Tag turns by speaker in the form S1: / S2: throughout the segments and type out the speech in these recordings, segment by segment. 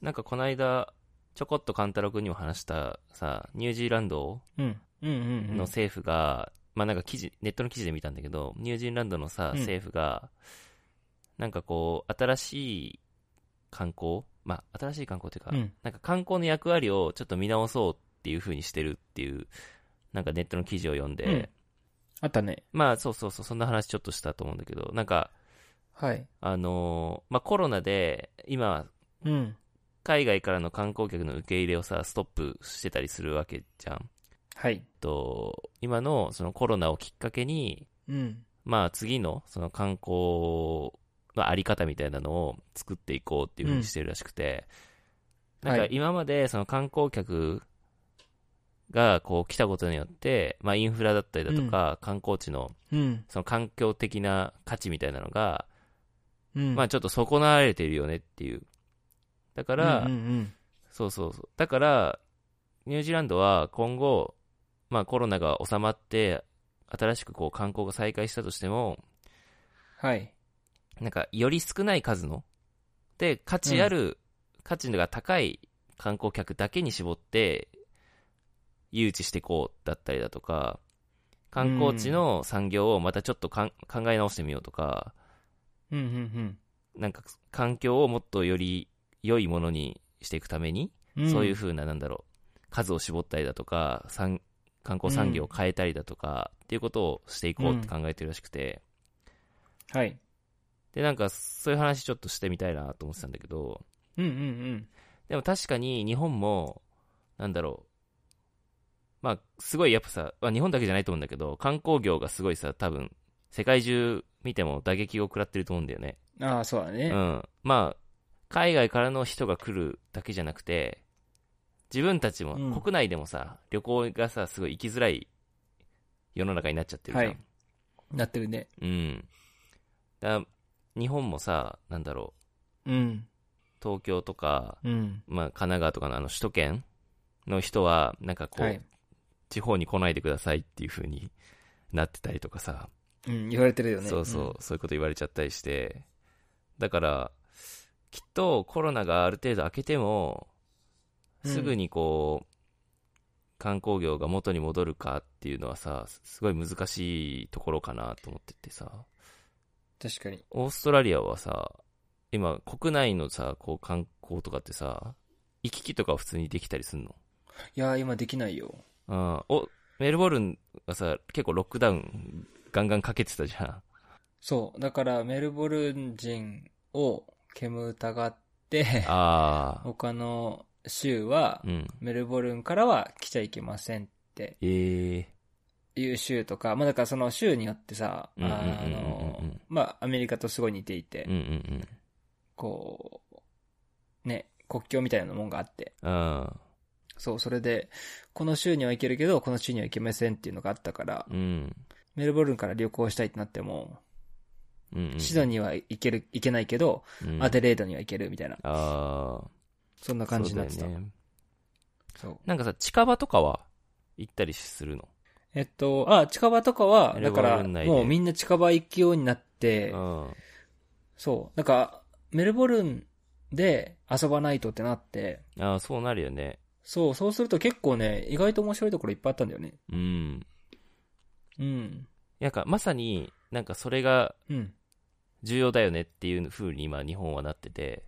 S1: なんかこの間、ちょこっと勘太郎君にも話したさ、ニュージーランド
S2: うん。うんうんうん。
S1: の政府が、まあなんか記事、ネットの記事で見たんだけど、ニュージーランドのさ、
S2: うん
S1: 政府が、なんかこう、新しい観光まあ新しい観光というか、
S2: うん。
S1: なんか観光の役割をちょっと見直そうっていう風にしてるっていう、なんかネットの記事を読んで、
S2: うんあったね。
S1: まあそうそうそう、そんな話ちょっとしたと思うんだけど、なんか、
S2: はい。
S1: あのーまあコロナで、今、
S2: うん。
S1: 海外からの観光客の受け入れをさ、ストップしてたりするわけじゃん。
S2: はい。
S1: と、今のそのコロナをきっかけに、
S2: うん。
S1: まあ次のその観光のあり方みたいなのを作っていこうっていうふうにしてるらしくて、
S2: うん
S1: なん
S2: は
S1: か
S2: い
S1: 今までその観光客がこう来たことによって、まあインフラだったりだとか、観光地の
S2: うん。
S1: その環境的な価値みたいなのが、
S2: うん。
S1: まあちょっと損なわれてるよねっていう。だか、
S2: からうんうん
S1: そうそうそう。だから、ニュージーランドは今後、まあコロナが収まって、新しくこう観光が再開したとしても、
S2: うん。はい。
S1: なんかより少ない数の、で、価値ある、価値が高い観光客だけに絞って、誘致していこうだったりだとか、観光地の産業をまたちょっとかん考え直してみようとか、
S2: うんうん
S1: なんか環境をもっとより良いものにしていくために、
S2: うん。ん
S1: そういう。風な、なんだろう、数を絞ったりだとか、産観光産業を変えたりだとか、っていうことをしていこうって考えてるらしくて、
S2: はい。
S1: で、なんか、そういう話ちょっとしてみたいなと思ってたんだけど、
S2: うんうんうん。
S1: でも確かに日本も、なんだろう、まあ、すごいやっぱさ、まあ、日本だけじゃないと思うんだけど、観光業がすごいさ、多分、世界中見ても打撃を食らってると思うんだよね。
S2: ああ、そうだ
S1: う
S2: ね。
S1: ん。まあ、海外からの人が来るだけじゃなくて、自分たちも、
S2: うん
S1: 国内でもさ、旅行がさ、すごい行きづらい世の中になっちゃってるじゃん。
S2: はいなってるね。
S1: うん。だ日本もさ、なんだろう、
S2: うん。
S1: 東京とか、
S2: うん。
S1: まあ、神奈川とかのあの首都圏の人は、なんかこう、
S2: はい。
S1: 地方に来ないでくださいっていう風になってたりとかさ、
S2: うん。言われてるよね。
S1: そうそう、そういうこと言われちゃったりして、だから、きっとコロナがある程度明けても、
S2: うん
S1: すぐにこう、観光業が元に戻るかっていうのはさ、すすごい難しいところかなと思っててさ、
S2: うん。確かに。
S1: オーストラリアはさ、今、国内のさ、こう観光とかってさ、行き来とかは普通にできたりすんの
S2: いやー、今できないよ。
S1: あーお、メルボルンはさ、結構ロックダウンガンガンかけてたじゃん。
S2: そう。だから、メルボルン人を煙疑って、
S1: ああ。
S2: 他の州は
S1: う、ん。
S2: メルボルンからは来ちゃいけませんって
S1: ええ
S2: いう州とか、まあだからその州によってさ、
S1: う
S2: あ
S1: んうんうんうんうん
S2: の、まあアメリカとすごい似ていて、
S1: うんうん
S2: こう、ね、国境みたいなもんがあって、
S1: うん。あ
S2: そう、それで、この州には行けるけど、この州には行けませんっていうのがあったから
S1: ー、うん。
S2: メルボルンから旅行したいってなっても、
S1: うん、うん。
S2: シドニーは行ける、行けないけど、
S1: うん、
S2: アデレードには行けるみたいな、
S1: あ
S2: そんな
S1: あ。
S2: 感じになって
S1: そ
S2: た
S1: うだ。よね。
S2: そう。
S1: なんかさ、近場とかは行ったりするの
S2: えっと、あ、近場とかは、
S1: メル
S2: だ
S1: ボ
S2: か
S1: ルン
S2: ら、
S1: 内で
S2: もうみんな近場行くようになって、
S1: うん。
S2: そう。なんか、メルボルンで遊ばないとってなって、
S1: ああ、そうなるよね。
S2: そう、そうすると結構ね、意外と面白いところいっぱいあったんだよね。
S1: うん。
S2: うん。
S1: なんか、まさに、なんかそれが
S2: うん。
S1: 重要だよねっていう風に今、日本はなってて、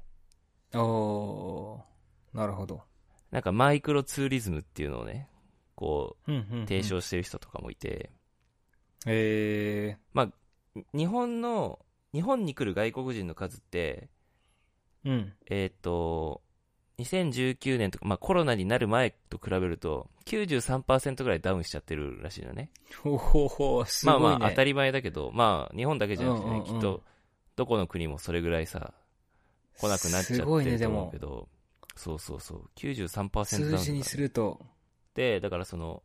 S2: おー、なるほど。
S1: なんかマイクロツーリズムっていうのをね、こ
S2: うん、うんうん。
S1: う、提唱してる人とかもいて、
S2: え
S1: 日本の日本に来る外国人の数って
S2: ー、うん。
S1: えっ、と2019年とか、まあ、コロナになる前と比べると93%ぐらいダウンしちゃってるらしいのね
S2: ほほほ、す
S1: ま
S2: ご
S1: あ
S2: いね。
S1: まあ当たり前だけどまあ日本だけじゃなくてね、
S2: うんうんうん
S1: きっとどこの国もそれぐらいさ来なくなっちゃって
S2: す
S1: ると
S2: ごいね、で
S1: 思う
S2: も
S1: け。ど、そうそうそう93%ダ
S2: 数
S1: ウン
S2: 字に
S1: と
S2: す
S1: か
S2: ると、
S1: でだからその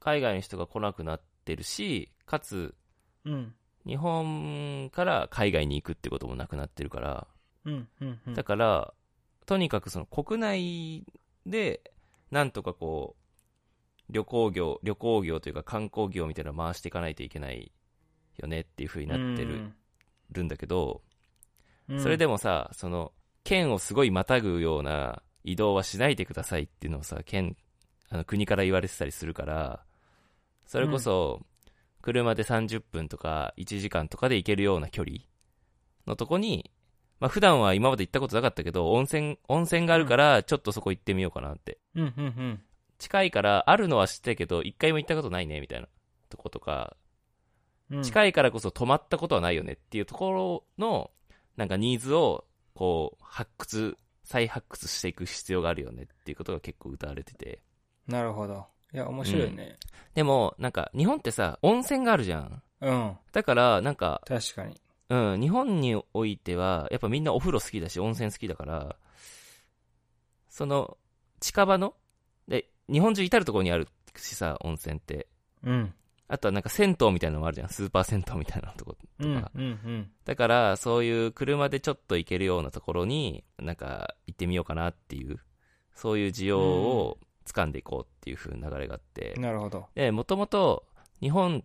S1: 海外の人が来なくなってるしかつ
S2: うん。
S1: 日本から海外に行くってこともなくなってるから
S2: うん、うん、うん
S1: だ。から、とにかくその国内で、なんとかこう、旅行業、旅行業というか観光業みたいなのを回していかないといけないよねっていう風になってる,、るんだけど、
S2: うん。
S1: それでもさ、その、県をすごいまたぐような移動はしないでくださいっていうのをさ、県、あの国から言われてたりするから、それこそ、車で30分とか1時間とかで行けるような距離のとこに、まあ普段は今まで行ったことなかったけど、温泉、温泉があるから、ちょっとそこ行ってみようかなって。
S2: うん、うん、うん。
S1: 近いから、あるのは知ってるけど、一回も行ったことないね、みたいなとことか、
S2: うん
S1: 近いからこそ泊まったことはないよねっていうところの、なんかニーズを、こう、発掘、再発掘していく必要があるよねっていうことが結構歌われてて。
S2: なるほど。いや、面白いね。
S1: でも、なんか、日本ってさ、温泉があるじゃん。
S2: うん、
S1: だから、なんか、
S2: 確かに。
S1: うん、日本においては、やっぱみんなお風呂好きだし、温泉好きだから、その、近場の、で、日本中至るところにあるしさ、温泉って。
S2: うん。
S1: あとはなんか銭湯みたいなのもあるじゃん。スーパー銭湯みたいなとこ
S2: う
S1: と
S2: ん
S1: か、。
S2: うん、うん。
S1: だから、そういう車でちょっと行けるようなところに、なんか行ってみようかなっていう、そういう需要を掴んでいこうっていう風な流れがあって。
S2: なるほど。
S1: で、もともと日本っ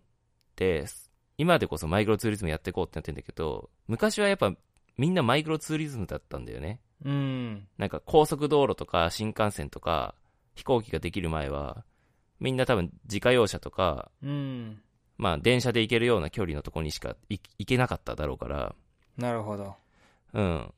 S1: て、今でこそマイクロツーリズムやっていこうってなってんだけど、昔はやっぱみんなマイクロツーリズムだったんだよね。
S2: うん。
S1: なんか高速道路とか新幹線とか飛行機ができる前は、みんな多分自家用車とか、
S2: うん。
S1: まあ電車で行けるような距離のところにしか行行けなかっただろうから、
S2: なるほど。
S1: うん。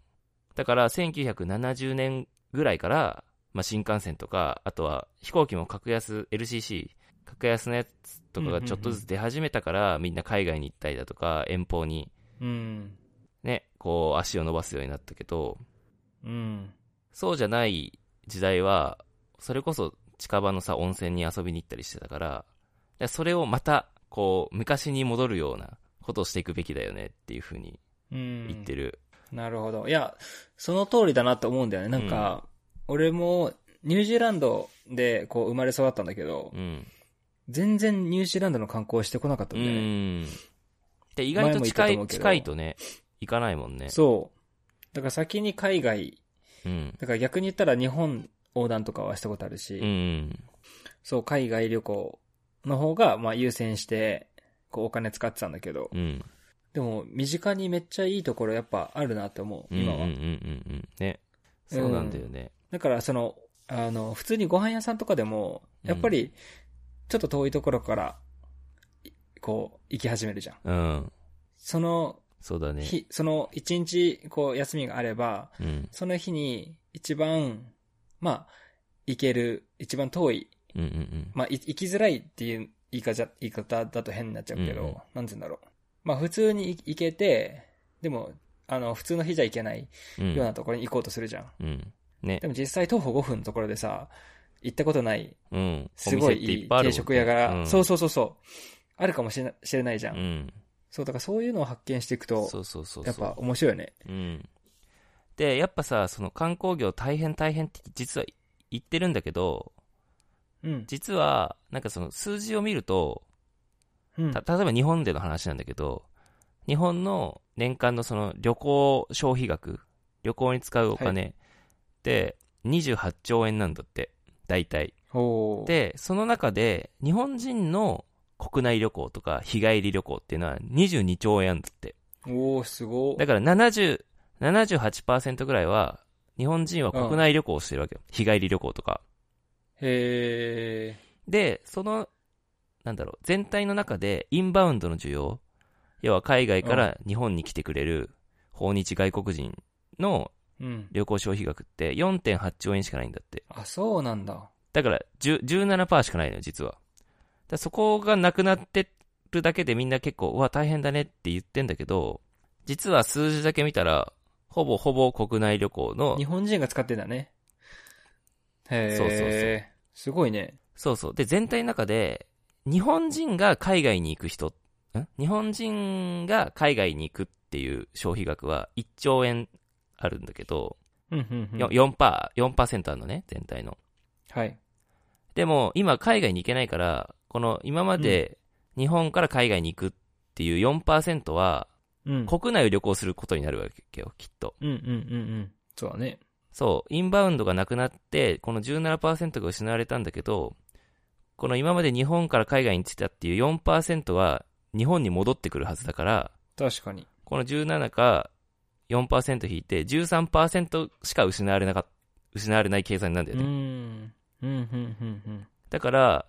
S1: だから1970年ぐらいから、まあ、新幹線とか、あとは飛行機も格安、LCC、格安のやつとかがちょっとずつ出始めたから、みんな海外に行ったりだとか、遠方に
S2: うん。
S1: ね、こう足を伸ばすようになったけど、
S2: うん。
S1: そうじゃない時代は、それこそ近場のさ、温泉に遊びに行ったりしてたから、でそれをまた、こう、昔に戻るようなことをしていくべきだよねっていうふうに
S2: うん。
S1: 言ってる。
S2: なるほど。いや、その通りだなと思うんだよね。なんか、俺もニュージーランドでこう生まれ育ったんだけど、
S1: うん。
S2: 全然ニュージーランドの観光してこなかったんだよね。
S1: うん。で、意外と近
S2: 前も言
S1: い、
S2: ったと思うけど
S1: 近いとね、行かないもんね。
S2: そう。だから先に海外、
S1: うん。
S2: だから逆に言ったら日本横断とかはしたことあるし、
S1: うん。
S2: そう、海外旅行の方がまあ優先して、こうお金使ってたんだけど、
S1: うん。
S2: でも身近にめっちゃいいところやっぱあるなって思
S1: う
S2: う、
S1: ん。うん。うん。うん
S2: 今は。
S1: うん。ね。そうなんだよね。
S2: だからその、あの、普通にご飯屋さんとかでも、
S1: うん
S2: やっぱり、ちょっと遠いところから、いこう、行き始めるじゃん。
S1: うん。
S2: その
S1: そうだね。
S2: 日、その一日、こう、休みがあれば、
S1: うん。
S2: その日に一番、まあ、行ける、一番遠い、
S1: うん。うん。うん。
S2: まあ、い行きづらいっていう言い方じゃ、言い方だと変になっちゃうけど、
S1: うんうん
S2: なんて言うんだろう。まあ、普通に行行けて、でも、あの、普通の日じゃ行けないようなところに行こうとするじゃん。
S1: うん。ね
S2: で。も実際徒歩5分のところでさ、行ったことない、
S1: うん。
S2: すごい
S1: お店って
S2: いい
S1: っぱあるもん
S2: 定
S1: ね
S2: 食屋が、
S1: ん
S2: そうそうそうそう、あるかもしれな知れないじゃん,、
S1: うん。
S2: そう、だからそういうのを発見していくと、
S1: そうそうそうそう。
S2: やっぱ面白いよね。
S1: うん。で、やっぱさ、その観光業大変大変って実は言ってるんだけど、
S2: うん。
S1: 実は、なんかその数字を見ると、
S2: うん
S1: た例えば日本での話なんだけど、日本の年間のその旅行消費額、旅行に使うお金って28兆円なんだって、大体。
S2: ほう。、
S1: で、その中で日本人の国内旅行とか日帰り旅行っていうのは22兆円なんだって。
S2: おー、すご
S1: だから70、78%ぐらいは日本人は国内旅行をしてるわけよ。日帰り旅行とか。
S2: へ
S1: で、その、なんだろう、全体の中でインバウンドの需要、要は海外から日本に来てくれる訪日外国人の
S2: ー。うん。
S1: 旅行消費額って4.8兆円しかないんだって。
S2: あ、そうなんだ。
S1: だから10 17%しかないのよ、実は。だからそこがなくなってるだけでみんな結構、うわ、大変だねって言ってんだけど、実は数字だけ見たら、ほぼほぼ国内旅行の
S2: 日、本人が使ってんだね。へー。
S1: そうそうそう
S2: すごいね。
S1: そうそう。で、全体の中で、日本人が海外に行く人、ん日本人が海外に行くっていう消費額は1兆円あるんだけど、
S2: うん、うん、うん。
S1: よ4%、4%あるのね、全体の。
S2: はい。
S1: でも、今海外に行けないから、この今まで日本から海外に行くっていう4%は、
S2: うん。
S1: 国内を旅行することになるわけよ、きっと。
S2: うん、うん、うん、うん。そうだね。
S1: そう、インバウンドがなくなって、この17%が失われたんだけど、この今まで日本から海外に来てたっていう4%は日本に戻ってくるはずだから、
S2: 確かに。
S1: この17か4%引いて13%しか失われなかっ失われない計算なんだよ
S2: う
S1: ね。
S2: ん。うん、うん、うん、
S1: だから、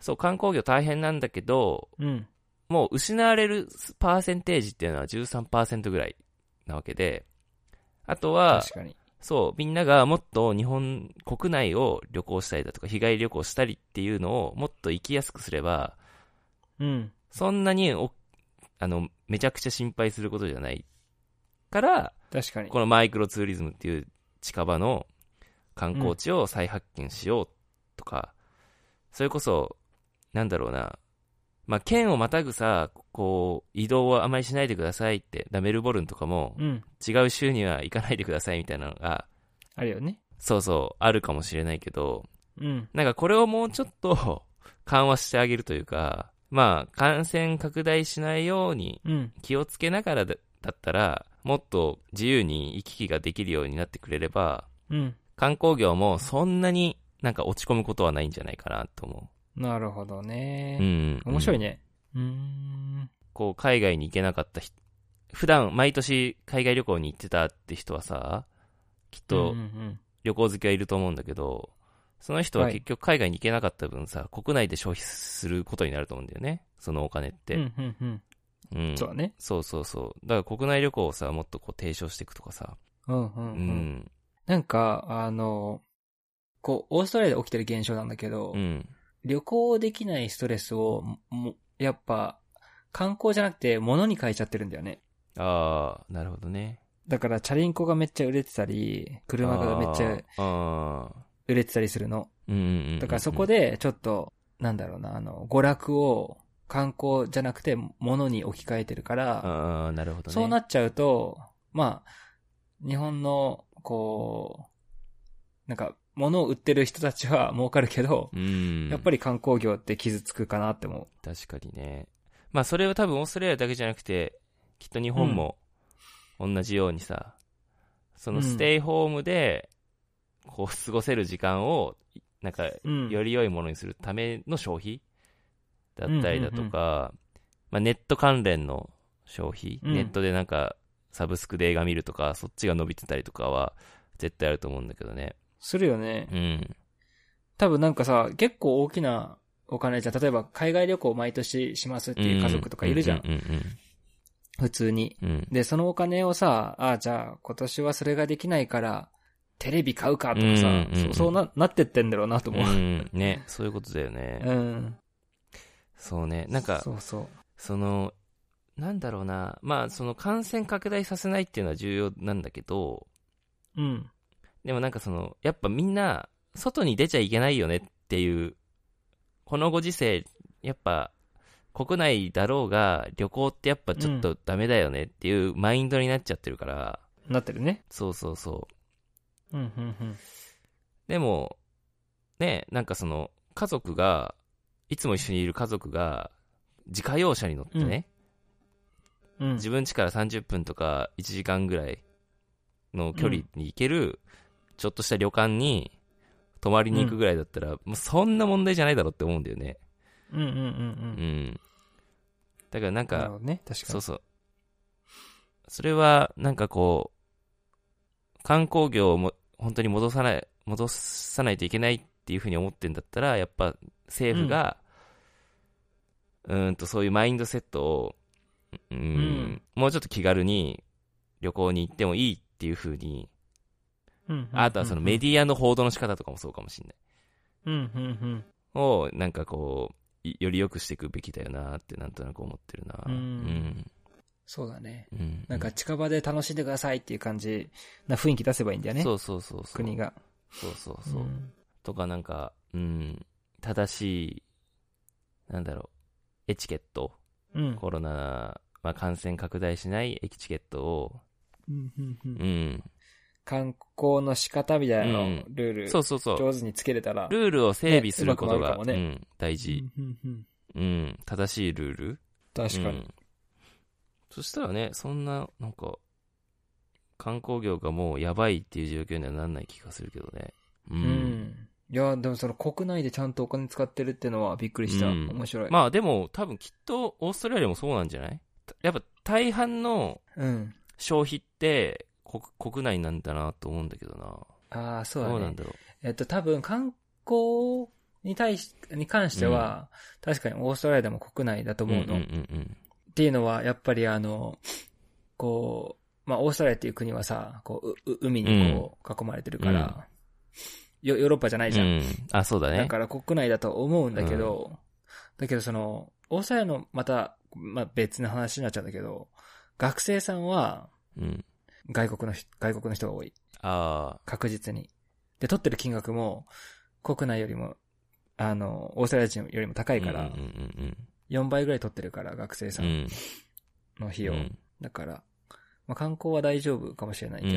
S1: そう、観光業大変なんだけど、
S2: うん。うん。
S1: もう失われるパーセンテージっていうのは13%ぐらいなわけで、あとは、
S2: 確かに。
S1: そう、みんながもっと日本国内を旅行したりだとか、日帰り旅行したりっていうのをもっと行きやすくすれば、
S2: うん。
S1: そんなにお、あの、めちゃくちゃ心配することじゃないから、
S2: 確かに。
S1: このマイクロツーリズムっていう近場の観光地を再発見しようとか、それこそ、なんだろうな、まあ、県をまたぐさ、こう、移動はあまりしないでくださいって、だメルボルンとかも、
S2: うん。
S1: 違う州には行かないでくださいみたいなのが、
S2: あるよね。
S1: そうそう、あるかもしれないけど、
S2: うん。
S1: なんかこれをもうちょっと 緩和してあげるというか、まあ、感染拡大しないように
S2: うん。
S1: 気をつけながらだだったら、もっと自由に行き来ができるようになってくれれば、
S2: うん。
S1: 観光業もそんなになんか落ち込むことはないんじゃないかなと思
S2: なるほ
S1: う。
S2: ど
S1: う
S2: ね。
S1: ん。
S2: 面白い
S1: ね。
S2: ね。うーん。
S1: こう、海外に行けなかった人、普段毎年海外旅行に行ってたって人はさ、きっと
S2: うんうん
S1: 旅行好きはいると思うんだけど、その人は
S2: はい
S1: 結局海外に行けなかった分さ、国内で消費することになると思うんだよね。そのお金っ
S2: う
S1: て。
S2: ん。うんうん
S1: うん。
S2: うん。そうだね。
S1: そうそうそう。だから国内旅行をさ、もっとこう提唱していくとかさ。
S2: うんう
S1: うん
S2: うん。
S1: ん。
S2: なんか、あの、こう、オーストラリアで起きてる現象なんだけど
S1: う、ん。
S2: 旅行できないストレスを、も、やっぱ、観光じゃなくて物に変えちゃってるんだよね。
S1: ああ、なるほどね。
S2: だから、チャリンコがめっちゃ売れてたり、車がめっちゃ
S1: あーあ
S2: 売れてたりするの。
S1: ー。うんうんうんうん、
S2: だからそこ、で、ちょっと、なんだろうな、あの、娯楽を観光じゃなくて物に置き換えてるから、
S1: ああ、なるほどね。
S2: そうなっちゃうと、まあ、日本の、こう、なんか、物を売ってる人たちは儲かるけど、
S1: うん。
S2: やっぱり観光業って傷つくかなって思
S1: 確かにね。まあそれは多分オーストラリアだけじゃなくて、きっと日本も同じようにさ、そのステイホームで、こう過ごせる時間を、なんか、
S2: う。うん。
S1: より良いものにするための消費だったりだとか、まあネット関連の消費、
S2: うん
S1: ネットでなんか、サブスクで映画見るとか、そっちが伸びてたりとかは、絶対あると思うんだけどね。
S2: するよね。
S1: うん。
S2: 多分なんかさ、結構大きなお金じゃん、例えば海外旅行毎年しますっていう家族とかいるじゃん
S1: う。んうん
S2: 普通に。
S1: うんうん。
S2: で、そのお金をさ、ああ、じゃあ今年はそれができないから、テレビ買うかとか
S1: うん
S2: さ
S1: う、んうん
S2: そうそうななってってんだろうなと思
S1: う
S2: う。
S1: んね、そういうことだよね。
S2: うん。
S1: そうね。なんか、
S2: そうそう。
S1: その、なんだろうな。まあ、その感染拡大させないっていうのは重要なんだけど、
S2: うん。
S1: でもなんかその、やっぱみんな、外に出ちゃいけないよねっていう、このご時世、やっぱ、国内だろうが、旅行ってやっぱちょっとダメだよねっていうマインドになっちゃってるから、
S2: なってるね。
S1: そうそうそう。
S2: うん、うん、うん。
S1: でも、ね、なんかその、家族が、いつも一緒にいる家族が、自家用車に乗ってね、
S2: うんうん。
S1: 自分家から30分とか1時間ぐらいの距離に行けるちょっとした旅館に泊まりに行くぐらいだったら、もうそんな問題じゃないだろうって思うんだよね。
S2: うん、うん、うん
S1: う
S2: うん。
S1: ん。だからなん
S2: なる
S1: か
S2: ほ、どね。確か
S1: そう
S2: に。
S1: そう。それは、なんかこう、観光業をも本当に戻さない、戻さないといけないっていうふうに思ってんだったら、やっぱ政府が、うーんとそういうマインドセットを、うーん
S2: うん
S1: もうちょっと気軽に旅行に行ってもいいっていうふうに、
S2: うんうんうん
S1: あとはそのメディアの報道の仕方とかもそうかもしれない。
S2: うん、うん、うん。
S1: を、なんかこう、いより良くしていくべきだよなってなんとなく思ってるな。
S2: うんそうだね。
S1: うん。うん。
S2: なんか近場で楽しんでくださいっていう感じな雰囲気出せばいいんだよね。
S1: そうそうそうそう。
S2: 国が。
S1: そうそうそう。
S2: ん
S1: とかなんか、うん、正しい、なんだろう、エチケット、
S2: うん。
S1: コロナ、まあ、感染拡大しないエチケットを、
S2: うんうんうん
S1: うん、
S2: 観光の仕方みたいなの
S1: うん
S2: ルール、
S1: そうそうそう、
S2: 上手につけれたら。
S1: ルールを整備すること
S2: ねうま
S1: が、
S2: く回るかも
S1: うん、大事、
S2: うんうんうん
S1: うん、正しいルール。
S2: 確か
S1: う
S2: に。
S1: んそしたらね、そんな、なんか、観光業がもうやばいっていう状況にはなんない気がするけどね。う。
S2: うんん。いや、でもその国内でちゃんとお金使ってるってのはびっくりした。
S1: うん
S2: 面白い。
S1: まあでも、多分きっと、オーストラリアもそうなんじゃないやっぱ大半の
S2: うん。
S1: 消費って国国内なんだなと思うんだけどな
S2: ああ、そうだ
S1: どうな
S2: ね
S1: ん。だろ
S2: えっと、多分観光に対し、に関しては、確かにオーストラリアでも国内だと
S1: う。
S2: 思うの。
S1: んんうんうん
S2: っていうのは、やっぱりあの、こう、まあ、オーストラリアっていう国はさ、こう、うう海にこう、囲まれてるから、よヨーロッパじゃないじゃん。
S1: うんあ、そうだ
S2: だ
S1: ね。
S2: から国内だと思うんだけど、だけどその、オーストラリアのまた、まあ、別の話になっちゃうんだけど、学生さんは
S1: うん。
S2: 外国の人、外国の人が多い。
S1: あ
S2: 確実に。で、取ってる金額も、国内よりも、あの、オーストラリア人よりも高
S1: あ。
S2: いから
S1: うん、うんうん
S2: 4倍ぐらい取ってるから、学生
S1: う
S2: さ
S1: ん。うんん。
S2: の費用。
S1: うん
S2: だから、まあ、観光は大丈夫かもしれないうけ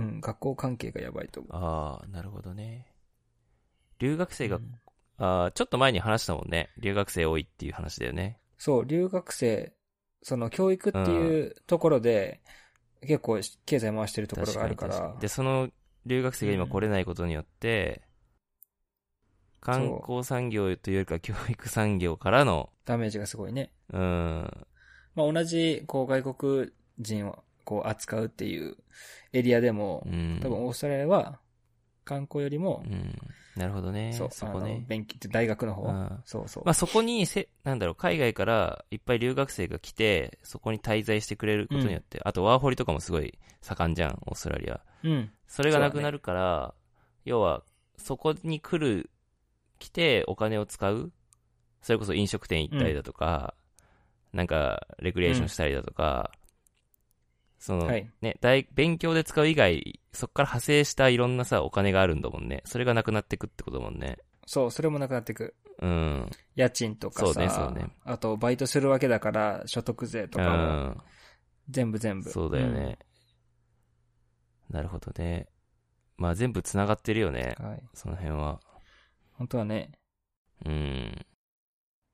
S2: ど、うん、
S1: ん。
S2: 学校関係がやばいと思う。
S1: ああ、なるほどね。留学生が、
S2: うん
S1: ああ、ちょっと前に話したもんね。留学生多いっていう話だよね。
S2: そう、留学生、その教育っていうところで、結構経済回してるところがあるから、
S1: 確に確にで、その留学生が今来れないことによって、観光産業というよりか教育産業からの、
S2: ダメージがすごいね。
S1: うん、
S2: まあ、同じ、こう、外国人をこう扱うっていうエリアでも
S1: う、ん。
S2: 多分オーストラリアは観光よりも、
S1: うん。なるほどね。
S2: そう、
S1: そこ
S2: あの
S1: ね。
S2: 勉強、大学の方、
S1: うん
S2: そうそう。
S1: まあそこにせ、なんだろう、海外からいっぱい留学生が来て、そこに滞在してくれることによって、あとワーホリとかもすごい盛んじゃん、オーストラリア。
S2: うん。
S1: それがなくなるから、要は、そこに来る、来てお金を使うそれこそ飲食店行ったりだとか、なんか、レクリエーションしたりだとか、その、
S2: はい。
S1: ね、大、勉強で使う以外、そこから派生したいろんなさ、お金があるんだもんね。それがなくなってくってことだもんね。
S2: そう、それもなくなっていく。
S1: うん。
S2: 家賃とかさ、
S1: そうねそうね
S2: あと、バイトするわけだから、所得税と
S1: う
S2: かも、
S1: ん。
S2: 全部全部。
S1: そうだよね。なるほどね。まあ全部繋がってるよね
S2: う。ん。はい。
S1: その辺は。
S2: 本当はね、
S1: うん。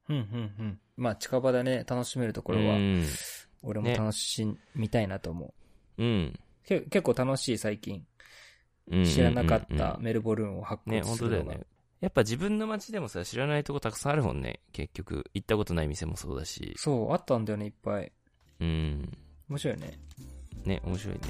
S2: うんうんうん。まあ、近場でね、楽しめるところ
S1: う
S2: は、
S1: ん。
S2: 俺も楽しみたいなと思う。
S1: うん。
S2: け結構楽しい、最近。
S1: うん
S2: 知らなかっ
S1: うんうん
S2: たメルボルンを発
S1: ね、
S2: 掘
S1: 本
S2: す
S1: 当だ
S2: るの
S1: よ
S2: が
S1: ね。。やっぱ自分の街でもさ、知らないとこたくさんあるもんね。結局、行ったことない店もそうだし。
S2: そう、あったんだよね、いっぱい。
S1: うん。
S2: 面白いね。
S1: ね、面白いね。